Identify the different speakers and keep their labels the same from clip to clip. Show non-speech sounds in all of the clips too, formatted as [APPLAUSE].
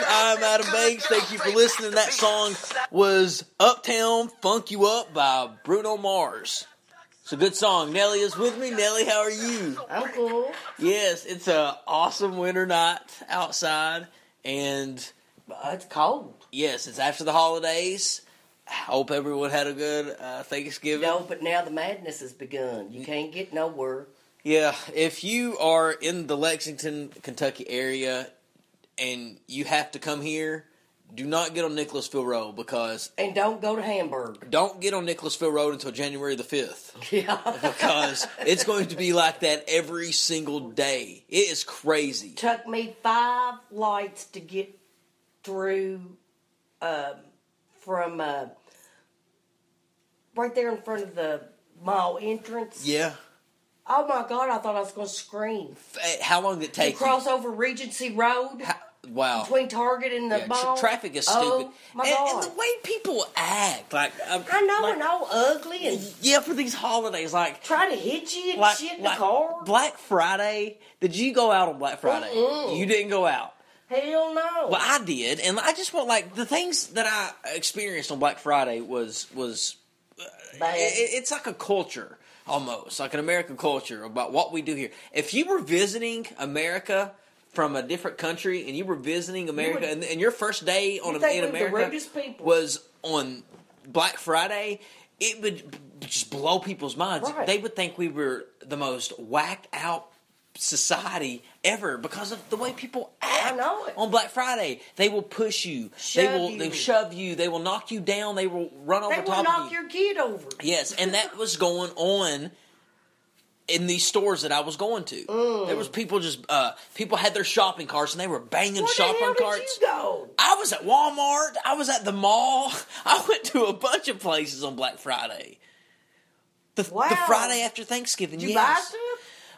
Speaker 1: Adam Banks. Thank you for listening. That song was Uptown Funk You Up by Bruno Mars. It's a good song. Nelly is with me. Nelly, how are you?
Speaker 2: I'm cool.
Speaker 1: Yes, it's a awesome winter night outside, and
Speaker 2: Uh, It's cold.
Speaker 1: yes, it's after the holidays. Hope everyone had a good uh, Thanksgiving.
Speaker 2: No, but now the madness has begun. You can't get nowhere.
Speaker 1: Yeah, if you are in the Lexington, Kentucky area and you have to come here, do not get on Nicholasville Road because
Speaker 2: And don't go
Speaker 1: [LAUGHS]
Speaker 2: to Hamburg. [LAUGHS]
Speaker 1: don't get on Nicholasville Road until January the 5th
Speaker 2: Yeah.
Speaker 1: because it's going to be like that every single day. It is crazy.
Speaker 2: Took me five lights to get through um, from uh, right there in front of the mall entrance.
Speaker 1: Yeah.
Speaker 2: Oh my God, I thought I was going to scream.
Speaker 1: F- How long did it
Speaker 2: To
Speaker 1: take? you?
Speaker 2: cross over Regency Road
Speaker 1: How- wow.
Speaker 2: between Target and the
Speaker 1: Yeah, tra-
Speaker 2: mall.
Speaker 1: traffic is stupid.
Speaker 2: Oh my
Speaker 1: and,
Speaker 2: God.
Speaker 1: and the way people act, like I'm-
Speaker 2: I know,
Speaker 1: like-
Speaker 2: and all ugly and
Speaker 1: yeah, for these holidays, like
Speaker 2: try to hit you and
Speaker 1: like,
Speaker 2: shit in
Speaker 1: like
Speaker 2: the car.
Speaker 1: Black Friday. Did you go out on Black Friday?
Speaker 2: Mm-mm.
Speaker 1: You didn't go out.
Speaker 2: Hell no.
Speaker 1: Well, I did, and I just want like the things that I experienced on Black Friday was was
Speaker 2: Bad.
Speaker 1: it, it's like a culture almost, like an American culture about what we do here. If you were visiting America from a different country and you were visiting America,
Speaker 2: would-
Speaker 1: and, and your first day on
Speaker 2: You'd think
Speaker 1: in
Speaker 2: we were the
Speaker 1: America
Speaker 2: rudest people.
Speaker 1: was on Black Friday, it would just blow people's minds.
Speaker 2: Right.
Speaker 1: They would think we were the most whacked out society ever because of the way people act
Speaker 2: know it.
Speaker 1: on Black Friday. They will push you.
Speaker 2: Shove
Speaker 1: they will they
Speaker 2: you.
Speaker 1: shove you. They will knock you down. They will run over
Speaker 2: they
Speaker 1: top
Speaker 2: will knock
Speaker 1: of you.
Speaker 2: your kid over.
Speaker 1: yes, and that was going on in these stores that I was going to. There
Speaker 2: Mm.
Speaker 1: was people just uh, people had their shopping carts and they were banging
Speaker 2: Where the
Speaker 1: shopping
Speaker 2: hell did
Speaker 1: carts.
Speaker 2: you go?
Speaker 1: I was at Walmart. I was at the mall. [LAUGHS] I went to a bunch of places on Black Friday. The,
Speaker 2: Wow.
Speaker 1: the Friday after Thanksgiving.
Speaker 2: Did you buy
Speaker 1: yes.
Speaker 2: stuff?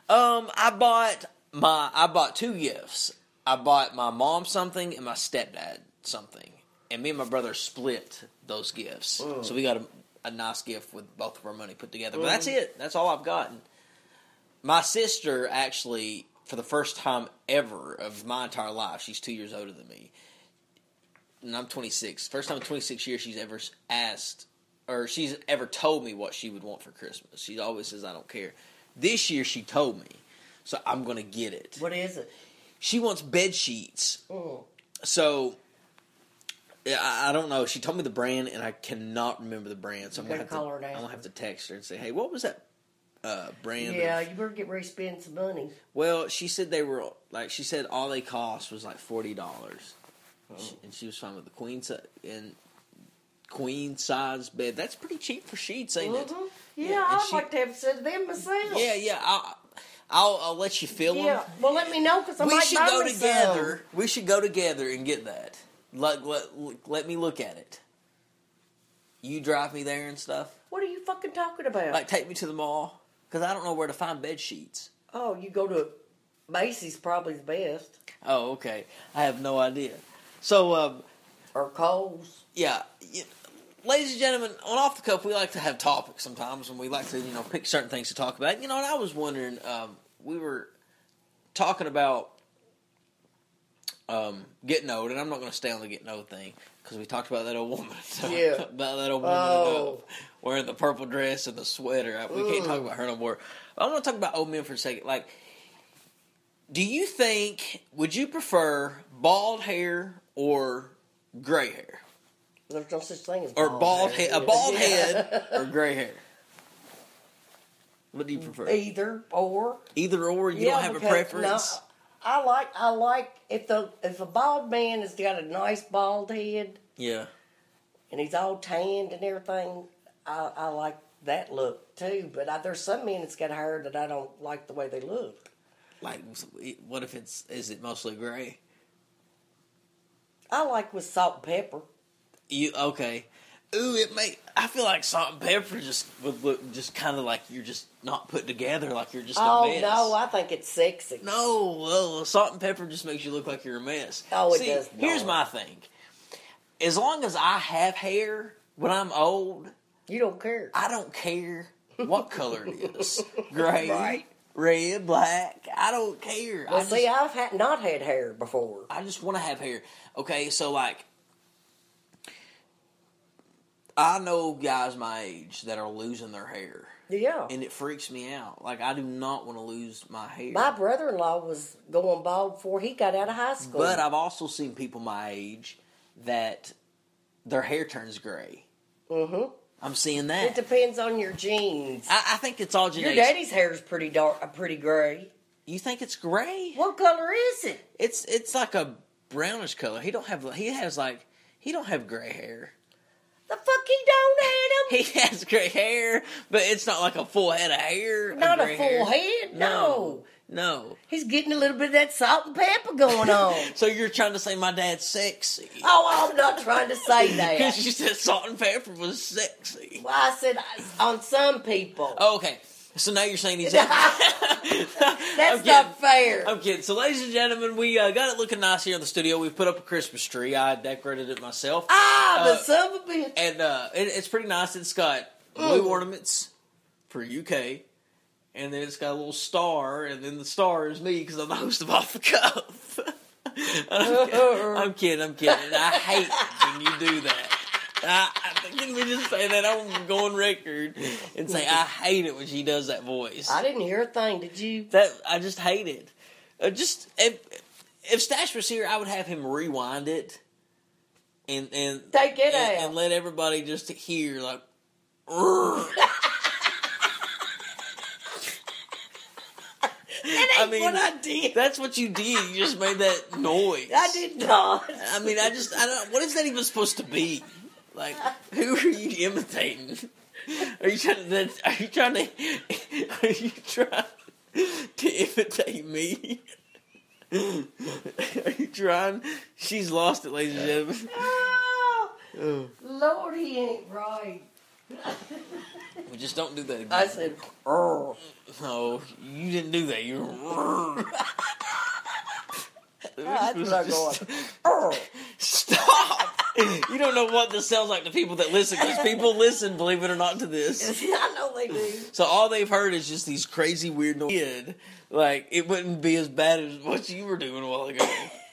Speaker 1: Um, I bought my I bought two gifts. I bought my mom something and my stepdad something, and me and my brother split those gifts. So we got a, a nice gift with both of our money put together. But that's it. That's all I've gotten. My sister actually, for the first time ever of my entire life, she's two years older than me, and I'm 26. First time in 26 years she's ever asked, or she's ever told me what she would want for Christmas. She always says, "I don't care." This year she told me, so I'm gonna get it.
Speaker 2: What is it?
Speaker 1: She wants bed sheets,
Speaker 2: Mm.
Speaker 1: so. yeah, I I don't know. She told me the brand, and I cannot remember the brand. So I'm gonna
Speaker 2: better
Speaker 1: have to.
Speaker 2: call her now.
Speaker 1: I'm gonna have to text her and say, "Hey, what was that uh, brand?"
Speaker 2: Yeah,
Speaker 1: of-
Speaker 2: you better get ready to spend some money.
Speaker 1: well, she said they were like she said all they cost was like forty dollars,
Speaker 2: Oh.
Speaker 1: and she was fine with the queen si- and queen size bed. That's pretty cheap for sheets, ain't it?
Speaker 2: Mhm. Yeah,
Speaker 1: Yeah, and
Speaker 2: I'd
Speaker 1: she-
Speaker 2: like to have said them myself.
Speaker 1: Yeah, yeah. I, I'll I'll let you feel them.
Speaker 2: Yeah. Well, let me know because I
Speaker 1: We
Speaker 2: might
Speaker 1: should
Speaker 2: buy
Speaker 1: go
Speaker 2: me some.
Speaker 1: together. We should go together and get that. Let, let let me look at it. You drive me there and stuff.
Speaker 2: What are you fucking talking about?
Speaker 1: Like take me to the mall because I don't know where to find bed sheets.
Speaker 2: oh, you go to Macy's probably the best
Speaker 1: Oh, okay. I have no idea. So. um...
Speaker 2: or Kohl's.
Speaker 1: yeah, y ladies and gentlemen, on off the cuff, we like to have topics sometimes, and we like to you know pick certain things to talk about. You know, and I was wondering, um, we were talking about um, getting old, and I'm not going to stay on the getting old thing because we talked about that old woman, [LAUGHS]
Speaker 2: Yeah.
Speaker 1: about that old woman
Speaker 2: Oh.
Speaker 1: uh, wearing the purple dress and the sweater. I- We can't talk about her no more. But I want to talk about old men for a second, like. Do you think would you prefer bald hair or gray hair?
Speaker 2: There's no such thing as
Speaker 1: or
Speaker 2: bald,
Speaker 1: bald
Speaker 2: hair.
Speaker 1: head, a bald
Speaker 2: Yeah.
Speaker 1: head or gray hair. What do you prefer?
Speaker 2: Either or.
Speaker 1: Either or, you
Speaker 2: Yeah,
Speaker 1: don't have a
Speaker 2: because-
Speaker 1: preference.
Speaker 2: No, I like I like if the if a bald man has got a nice bald head
Speaker 1: Yeah,
Speaker 2: and he's all tanned and everything, I, I like that look too. But I, there's some men that's got hair that I don't like the way they look.
Speaker 1: like what if it's is it mostly gray?
Speaker 2: I like with salt and pepper.
Speaker 1: You okay? Ooh, it may. I feel like salt and pepper just would look just kind of like you're just not put together, like you're just.
Speaker 2: Oh
Speaker 1: a mess.
Speaker 2: no, I think it's sexy.
Speaker 1: No, well, salt and pepper just makes you look like you're a mess.
Speaker 2: Oh, it does
Speaker 1: Here's
Speaker 2: not.
Speaker 1: my thing: as long as I have hair when I'm old,
Speaker 2: You don't care. [LAUGHS]
Speaker 1: I don't care what color it is. Gray,
Speaker 2: Right.
Speaker 1: red, black. I don't care.
Speaker 2: Well,
Speaker 1: I,
Speaker 2: see,
Speaker 1: just,
Speaker 2: I've had, not had hair before.
Speaker 1: I just want to have hair. Okay, so like, I know guys my age that are losing their hair,
Speaker 2: Yeah.
Speaker 1: and it freaks me out. Like, I do not want to lose my hair.
Speaker 2: My brother in law was going bald before he got out of high school.
Speaker 1: But I've also seen people my age that their hair turns gray.
Speaker 2: Mhm.
Speaker 1: I'm seeing
Speaker 2: it
Speaker 1: that.
Speaker 2: depends on your genes.
Speaker 1: I, I think it's all
Speaker 2: your
Speaker 1: genetics.
Speaker 2: daddy's hair is pretty dark, uh, pretty gray.
Speaker 1: You think it's gray?
Speaker 2: What color is it?
Speaker 1: It's it's like a brownish color. He don't have he has like he don't have gray hair. [LAUGHS]
Speaker 2: The fuck he don't Adam.
Speaker 1: He has gray hair, but it's not like a full head of hair.
Speaker 2: Not a
Speaker 1: gray hair.
Speaker 2: full head. No.
Speaker 1: no.
Speaker 2: he's getting a little bit of that salt and pepper going on. [LAUGHS]
Speaker 1: So you're trying to say my dad's sexy?
Speaker 2: oh, I'm not trying to [LAUGHS] say that.
Speaker 1: Because you said salt and pepper was sexy.
Speaker 2: Well, I said I- on some people.
Speaker 1: Oh, okay. So now you're saying he's. [LAUGHS]
Speaker 2: [LAUGHS]
Speaker 1: That's
Speaker 2: That's not fair.
Speaker 1: I'm kidding. So, ladies and gentlemen, we uh, got it looking nice here in the studio. We put up a Christmas tree. I decorated it myself,
Speaker 2: ah, the
Speaker 1: uh,
Speaker 2: son of a bitch.
Speaker 1: and uh, it, it's pretty nice. It's got blue ornaments for UK, and then it's got a little star, and then the star is me because I'm the host of Off the Cuff. [LAUGHS] I'm, kidding. I'm kidding. I'm kidding. I hate when you do that. I, I, can we just say that on go on record and say I hate it when she does that voice?
Speaker 2: I didn't hear a thing. Did you?
Speaker 1: That I just hate it. Uh, just if if Stash was here, I would have him rewind it and and
Speaker 2: Take it
Speaker 1: and,
Speaker 2: out.
Speaker 1: and let everybody just hear like. "Urgh."
Speaker 2: That ain't
Speaker 1: I mean,
Speaker 2: what I
Speaker 1: [LAUGHS]
Speaker 2: did.
Speaker 1: That's what you did. You just made that noise.
Speaker 2: I did not. [LAUGHS]
Speaker 1: I mean, I just I don't. What is that even supposed to be? Like, who are you imitating? Are you trying to? Are you trying to? [LAUGHS] Are you trying to imitate me? Are you trying? She's lost it, ladies and gentlemen.
Speaker 2: Oh, Lord, he ain't right.
Speaker 1: We just don't do that again.
Speaker 2: I said,
Speaker 1: "Urgh." No, you didn't do that. You. "Urgh."
Speaker 2: [LAUGHS] that's
Speaker 1: [LAUGHS]
Speaker 2: what I'm going.
Speaker 1: "Urgh." Stop! You don't know what this sounds like to people that listen, because people listen, believe it or not, to this.
Speaker 2: [LAUGHS] I know they do.
Speaker 1: So all they've heard is just these crazy weird noises. Like it wouldn't be as bad as what you were doing a while ago.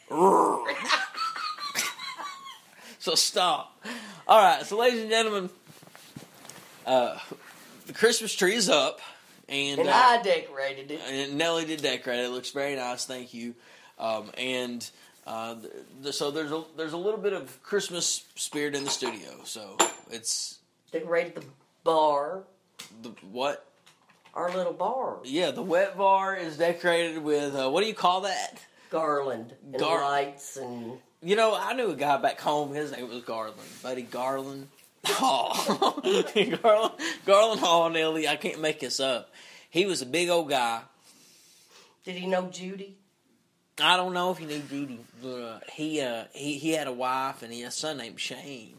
Speaker 1: Roar. [LAUGHS] so stop. All right, so ladies and gentlemen, uh, the Christmas tree is up, and,
Speaker 2: And
Speaker 1: uh,
Speaker 2: I decorated it.
Speaker 1: and Nelly did decorate. It It looks very nice. Thank you. Um, and uh, th- th- so there's a there's a little bit of Christmas spirit in the studio. So it's
Speaker 2: Decorated the bar,
Speaker 1: the what
Speaker 2: our little bar,
Speaker 1: Yeah, the wet bar is decorated with uh, what do you call that?
Speaker 2: garland and
Speaker 1: Gar-
Speaker 2: lights and
Speaker 1: You know, I knew a guy back home. His name was Garland, Buddy Garland Hall. [LAUGHS] Garland, Garland Hall, Nelly. I can't make this up. He was a big old guy.
Speaker 2: Did he know Judy?
Speaker 1: I don't know if he knew Judy, but uh, he uh, he he had a wife and he had a son named Shane,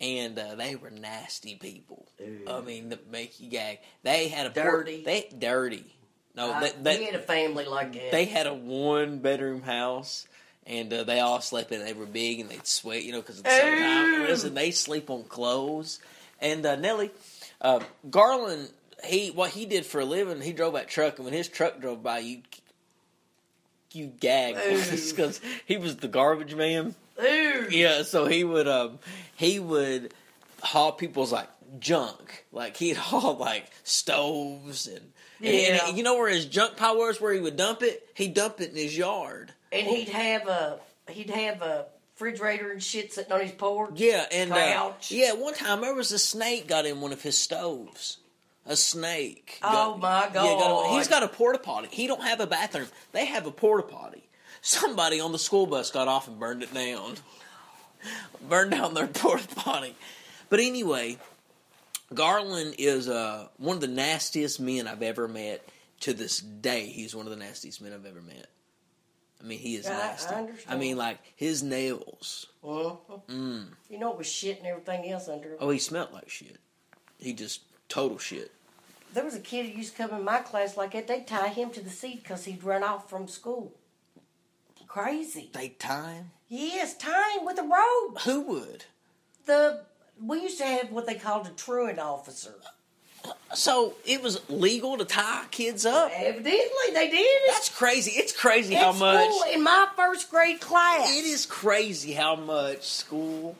Speaker 1: and uh, they were nasty people. I mean, the make you gag. They had a poor-
Speaker 2: Dirty.
Speaker 1: they dirty. No,
Speaker 2: I-
Speaker 1: Uh, that, that,
Speaker 2: he had a family like that.
Speaker 1: they had a one bedroom house and uh, they all slept in it. they were big and they'd sweat you know because at the same time
Speaker 2: Ew.
Speaker 1: listen they sleep on clothes and uh, nelly uh, garland he what he did for a living he drove that truck and when his truck drove by you you gagged
Speaker 2: Ew.
Speaker 1: because he was the garbage man
Speaker 2: Ooh,
Speaker 1: [LAUGHS] yeah, so he would um he would haul people's like junk. Like he'd [LAUGHS] haul like stoves and
Speaker 2: Yeah.
Speaker 1: and you know where his junk pile was where he would dump it? He dumped it in his yard.
Speaker 2: and he'd have a he'd have a refrigerator and shit sitting on his porch.
Speaker 1: Yeah, and uh,
Speaker 2: Ouch.
Speaker 1: yeah, one time there was a snake got in one of his stoves. A snake.
Speaker 2: Oh, my
Speaker 1: got in- he's
Speaker 2: God.
Speaker 1: got a porta potty. He don't have a bathroom. They have a porta potty. Somebody on the school bus got off and burned it down. [LAUGHS] burned down their porta potty. But anyway, Garland is uh, one of the nastiest men I've ever met. To this day, he's one of the nastiest men I've ever met. I mean, he is
Speaker 2: Yeah, I- I
Speaker 1: nasty. I
Speaker 2: understand.
Speaker 1: mean, like his nails.
Speaker 2: Mhm.
Speaker 1: Mm.
Speaker 2: You know it was shit and everything else under. it.
Speaker 1: Oh, he smelled like shit. He just total shit.
Speaker 2: There was a kid who used to come in my class like that. They'd tie him to the seat because he'd run off from school. Crazy.
Speaker 1: They time.
Speaker 2: Yes, tie him with a rope.
Speaker 1: Who would?
Speaker 2: The we used to have what they called a truant officer.
Speaker 1: So it was legal to tie kids up.
Speaker 2: Evidently, they did it.
Speaker 1: That's crazy. It's crazy
Speaker 2: At
Speaker 1: how much.
Speaker 2: school in my first grade class.
Speaker 1: It is crazy how much school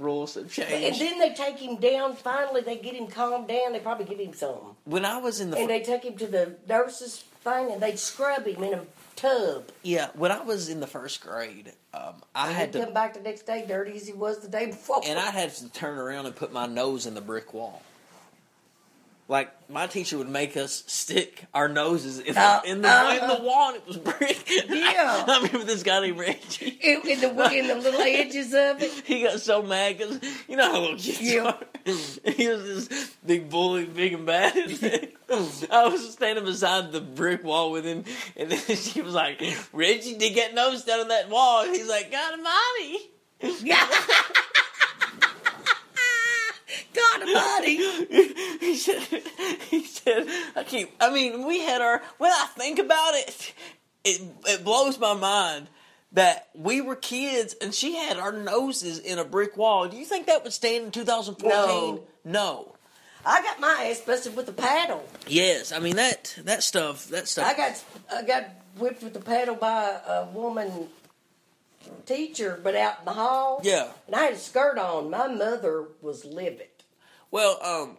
Speaker 1: rules have
Speaker 2: And
Speaker 1: changed.
Speaker 2: then they take him down. Finally, they get him calmed down. They probably give him something.
Speaker 1: when I was in the
Speaker 2: And
Speaker 1: fir-
Speaker 2: they take him to the nurse's thing and they scrub him in a tub.
Speaker 1: yeah, when I was in the first grade, um, I
Speaker 2: And
Speaker 1: had
Speaker 2: he'd
Speaker 1: to
Speaker 2: come back the next day dirty as he was the day before.
Speaker 1: and I had to turn around and put my nose in the brick wall. Like my teacher would make us stick our noses in the,
Speaker 2: Uh,
Speaker 1: in, the in
Speaker 2: uh-huh.
Speaker 1: the wall, and it was brick. [LAUGHS]
Speaker 2: Yeah.
Speaker 1: I, remember this guy named Reggie.
Speaker 2: [LAUGHS] in, in the, in the little edges
Speaker 1: [LAUGHS]
Speaker 2: of it.
Speaker 1: He got so mad because you know how little kids
Speaker 2: Yeah.
Speaker 1: are. [LAUGHS] He was this big bully, big and bad. [LAUGHS] I was standing beside the brick wall with him, and [LAUGHS] then she was like, "Reggie did get nose down on that wall." And he's like, "God Almighty!"
Speaker 2: Yeah. God almighty.
Speaker 1: he said, he said, I keep, I mean, we had our, when I think about it, it, it blows my mind that we were kids and she had our noses in a brick wall. Do you think that would stand in 2014?
Speaker 2: No.
Speaker 1: No.
Speaker 2: I got my ass busted with a paddle.
Speaker 1: Yes, I mean, that, that stuff, that stuff.
Speaker 2: I got I got whipped with a paddle by a woman teacher, but out in the hall.
Speaker 1: Yeah.
Speaker 2: And I had a skirt on. My mother was livid
Speaker 1: well, um,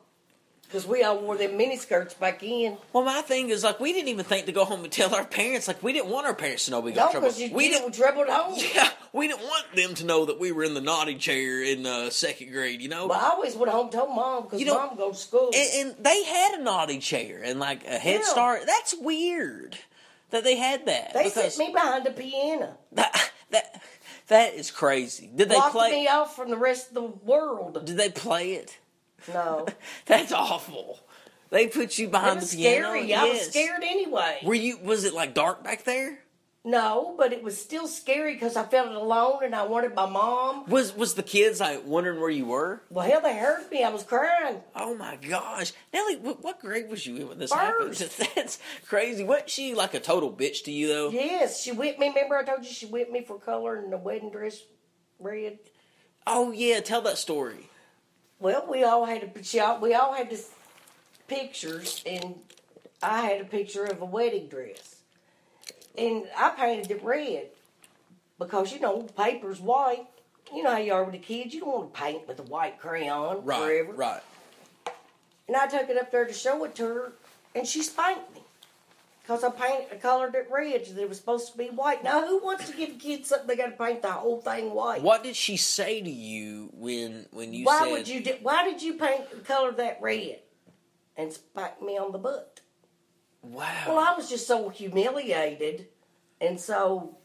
Speaker 2: because we all wore them mini skirts back in.
Speaker 1: well, my thing is like we didn't even think to go home and tell our parents. Like we didn't want our parents to know we
Speaker 2: No,
Speaker 1: got in
Speaker 2: because
Speaker 1: trouble.
Speaker 2: you
Speaker 1: we
Speaker 2: we did it with trouble at home.
Speaker 1: Yeah, we didn't want them to know that we were in the naughty chair in uh, second grade. You know,
Speaker 2: But I always went home and told mom because
Speaker 1: You know-
Speaker 2: mom go to school.
Speaker 1: and, and they had a naughty chair and like a head
Speaker 2: Yeah.
Speaker 1: start that's weird that they had that
Speaker 2: they
Speaker 1: because
Speaker 2: set me behind a piano,
Speaker 1: [LAUGHS] that, that that is crazy did they
Speaker 2: blocked
Speaker 1: play
Speaker 2: me off from the rest of the world.
Speaker 1: did they play it [LAUGHS]
Speaker 2: No,
Speaker 1: that's awful they put you
Speaker 2: it
Speaker 1: behind
Speaker 2: was
Speaker 1: the piano
Speaker 2: scary. I was
Speaker 1: Yes.
Speaker 2: scared anyway.
Speaker 1: were you was it like dark back there
Speaker 2: no, but it was still scary because I felt alone and I wanted my mom.
Speaker 1: was was the kids like wondering where you were
Speaker 2: Well, hell, they heard me. I was crying.
Speaker 1: oh my gosh nelly wh- what grade was you in when this happened [LAUGHS]
Speaker 2: First.
Speaker 1: that's crazy wasn't she like a total bitch to you though
Speaker 2: Yes, she whipped me. Remember, I told you she whipped me for color and the wedding dress red.
Speaker 1: oh yeah tell that story
Speaker 2: Well, we all had a she, all- we all had this pictures, and I had a picture of a wedding dress, and I painted it red because you know paper's white. You know how you are with the kids. You don't want to paint with a white crayon
Speaker 1: right
Speaker 2: forever.
Speaker 1: right
Speaker 2: And I took it up there to show it to her, and she spanked me. Because I painted, I colored it red, that it was supposed to be white. Now, who wants to give kids something they got to paint the whole thing white?
Speaker 1: What did she say to you when when you
Speaker 2: why
Speaker 1: said
Speaker 2: would you? Do, why did you paint color that red and spike me on the butt?
Speaker 1: wow?
Speaker 2: Well, I was just so humiliated, and so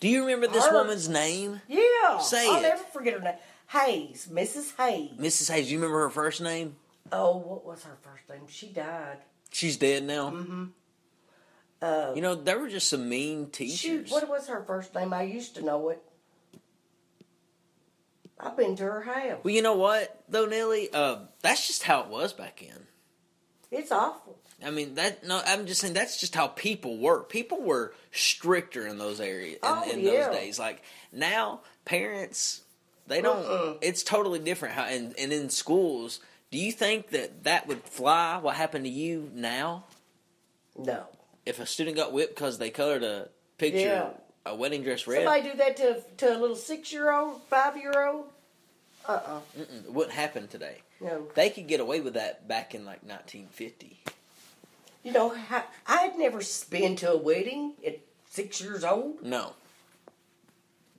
Speaker 1: do you remember this
Speaker 2: Her-
Speaker 1: woman's name?
Speaker 2: yeah,
Speaker 1: Say
Speaker 2: I'll
Speaker 1: it.
Speaker 2: never forget her name. Hayes, Mrs. Hayes.
Speaker 1: Mrs. Hayes, you remember her first name?
Speaker 2: Oh, what was her first name? She died. uh,
Speaker 1: She's dead now. Mm-hmm. you know, there were just some mean teachers.
Speaker 2: Shoot, what was her first name? I used to know it. I've been to her house.
Speaker 1: well, you know what though, Nelly? Uh, that's just how it was back in.
Speaker 2: It's awful.
Speaker 1: I mean, that no, I'm just saying that's just how people were. People were stricter in those areas in,
Speaker 2: Oh,
Speaker 1: in
Speaker 2: yeah.
Speaker 1: those days. Like now, parents they don't.
Speaker 2: Mm-mm.
Speaker 1: It's totally different. How and, and in schools, do you think that that would fly? What happened to you now?
Speaker 2: No.
Speaker 1: If a student got whipped because they colored a picture,
Speaker 2: Yeah.
Speaker 1: a wedding dress red,
Speaker 2: Somebody do that to to a little six year old, five year old? Uh uh
Speaker 1: mm-mm, it wouldn't happen today.
Speaker 2: No.
Speaker 1: They could get away with that back in like 1950.
Speaker 2: You know, I, I had never been to a wedding at six years old.
Speaker 1: No.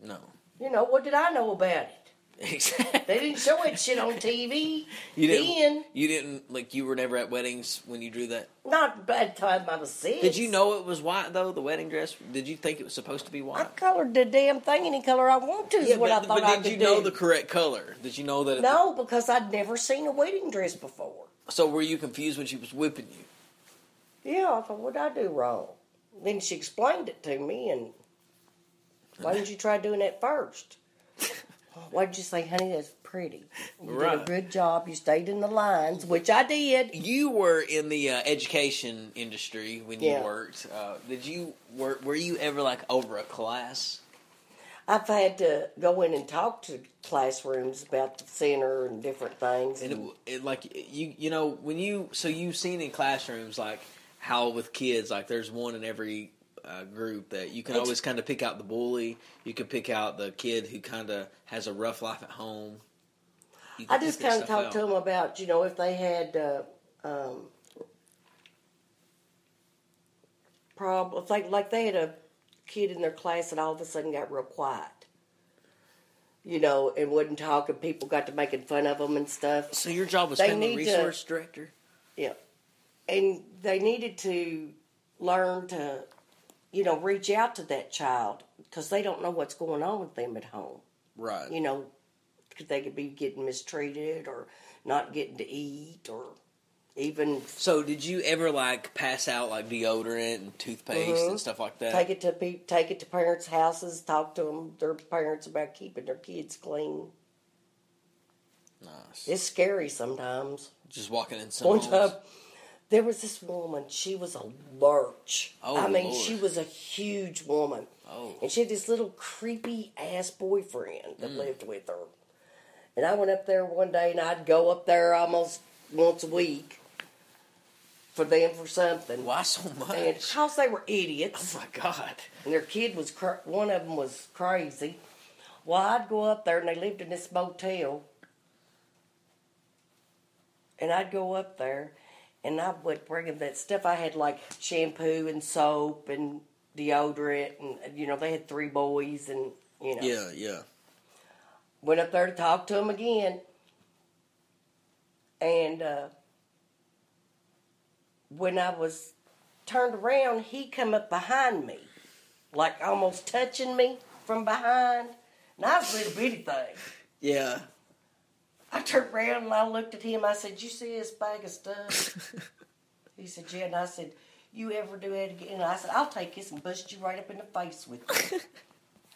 Speaker 1: No. [LAUGHS]
Speaker 2: You know, what did I know about it?
Speaker 1: Exactly.
Speaker 2: They didn't show that shit [LAUGHS] on TV.
Speaker 1: You didn't.
Speaker 2: Then,
Speaker 1: You didn't like. You were never at weddings when you drew that.
Speaker 2: not by the time I was six.
Speaker 1: Did you know it was white though? The wedding dress. Did you think it was supposed to be
Speaker 2: I
Speaker 1: white?
Speaker 2: colored the damn thing any color I want to. Is what I
Speaker 1: but,
Speaker 2: thought
Speaker 1: but
Speaker 2: I
Speaker 1: did
Speaker 2: could
Speaker 1: you know
Speaker 2: do.
Speaker 1: the correct color? Did you know that? it-
Speaker 2: No, because I'd never seen a wedding dress before.
Speaker 1: so were you confused when she was whipping you?
Speaker 2: Yeah, I thought, what did I do wrong? Then she explained it to me, and why didn't you try doing that first? [LAUGHS] Why did you say, honey, that's pretty? You did a
Speaker 1: Right.
Speaker 2: good job. You stayed in the lines, which I did.
Speaker 1: You were in the uh, education industry when you
Speaker 2: Yeah.
Speaker 1: worked. Uh, did you were were you ever like over a class?
Speaker 2: I've had to go in and talk to classrooms about the center and different things.
Speaker 1: And it, it like you you know when you so you've seen in classrooms like how with kids like there's one in every uh, group that you can
Speaker 2: It's-
Speaker 1: always kind of pick out the bully. You can pick out the kid who kind of has a rough life at home. You
Speaker 2: I
Speaker 1: can
Speaker 2: just
Speaker 1: pick
Speaker 2: kind of
Speaker 1: stuff
Speaker 2: talked to
Speaker 1: out.
Speaker 2: them about, you know, if they had uh, um, problems, like like they had a kid in their class that all of a sudden got real quiet, you know, and wouldn't talk, and people got to making fun of them and stuff.
Speaker 1: So your job was
Speaker 2: They
Speaker 1: family
Speaker 2: need to-
Speaker 1: resource director.
Speaker 2: Yeah. And they needed to learn to, you know, reach out to that child because they don't know what's going on with them at home.
Speaker 1: Right.
Speaker 2: You know, 'cause they could be getting mistreated or not getting to eat or even
Speaker 1: So did you ever like pass out like deodorant and toothpaste and stuff like that?
Speaker 2: Mm-hmm. take it to pe- take it to parents' houses, talk to them, their parents about keeping their kids clean.
Speaker 1: nice.
Speaker 2: It's scary sometimes.
Speaker 1: Just walking in some
Speaker 2: One
Speaker 1: homes.
Speaker 2: time, there was this woman. She was a lurch.
Speaker 1: Oh,
Speaker 2: I mean,
Speaker 1: Lord.
Speaker 2: she was a huge woman.
Speaker 1: Oh.
Speaker 2: And she had this little creepy ass boyfriend
Speaker 1: Mm.
Speaker 2: that lived with her. And I went up there one day, and I'd go up there almost once a week for them for something.
Speaker 1: Why so much?
Speaker 2: And [LAUGHS] because they were
Speaker 1: oh
Speaker 2: idiots,
Speaker 1: my god.
Speaker 2: and their kid was cra- one of them was crazy. Well, I'd go up there, and they lived in this motel. And I'd go up there, and I would bring them that stuff. I had like shampoo and soap and deodorant, and you know they had three boys, and you know
Speaker 1: Yeah, yeah.
Speaker 2: went up there to talk to him again, and uh, when I was turned around, he come up behind me, like almost touching me from behind, and I was a little bitty thing.
Speaker 1: Yeah.
Speaker 2: I turned around and I looked at him. I said, "You see this bag of stuff?" he said, "Yeah." And I said, "You ever do that again?" And I said, "I'll take this and bust you right up in the face with it."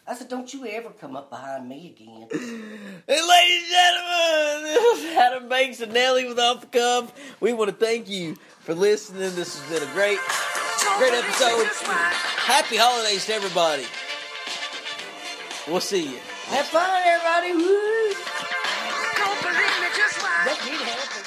Speaker 2: I said, "Don't you ever come up behind me again."
Speaker 1: [LAUGHS] And ladies and gentlemen, this is Adam Banks and Nelly with Off the Cuff. We want to thank you for listening. This has been a great, great episode. Happy holidays to everybody. We'll see you.
Speaker 2: Have fun, everybody. Woo!
Speaker 3: Don't believe me, just watch.
Speaker 2: That did happen.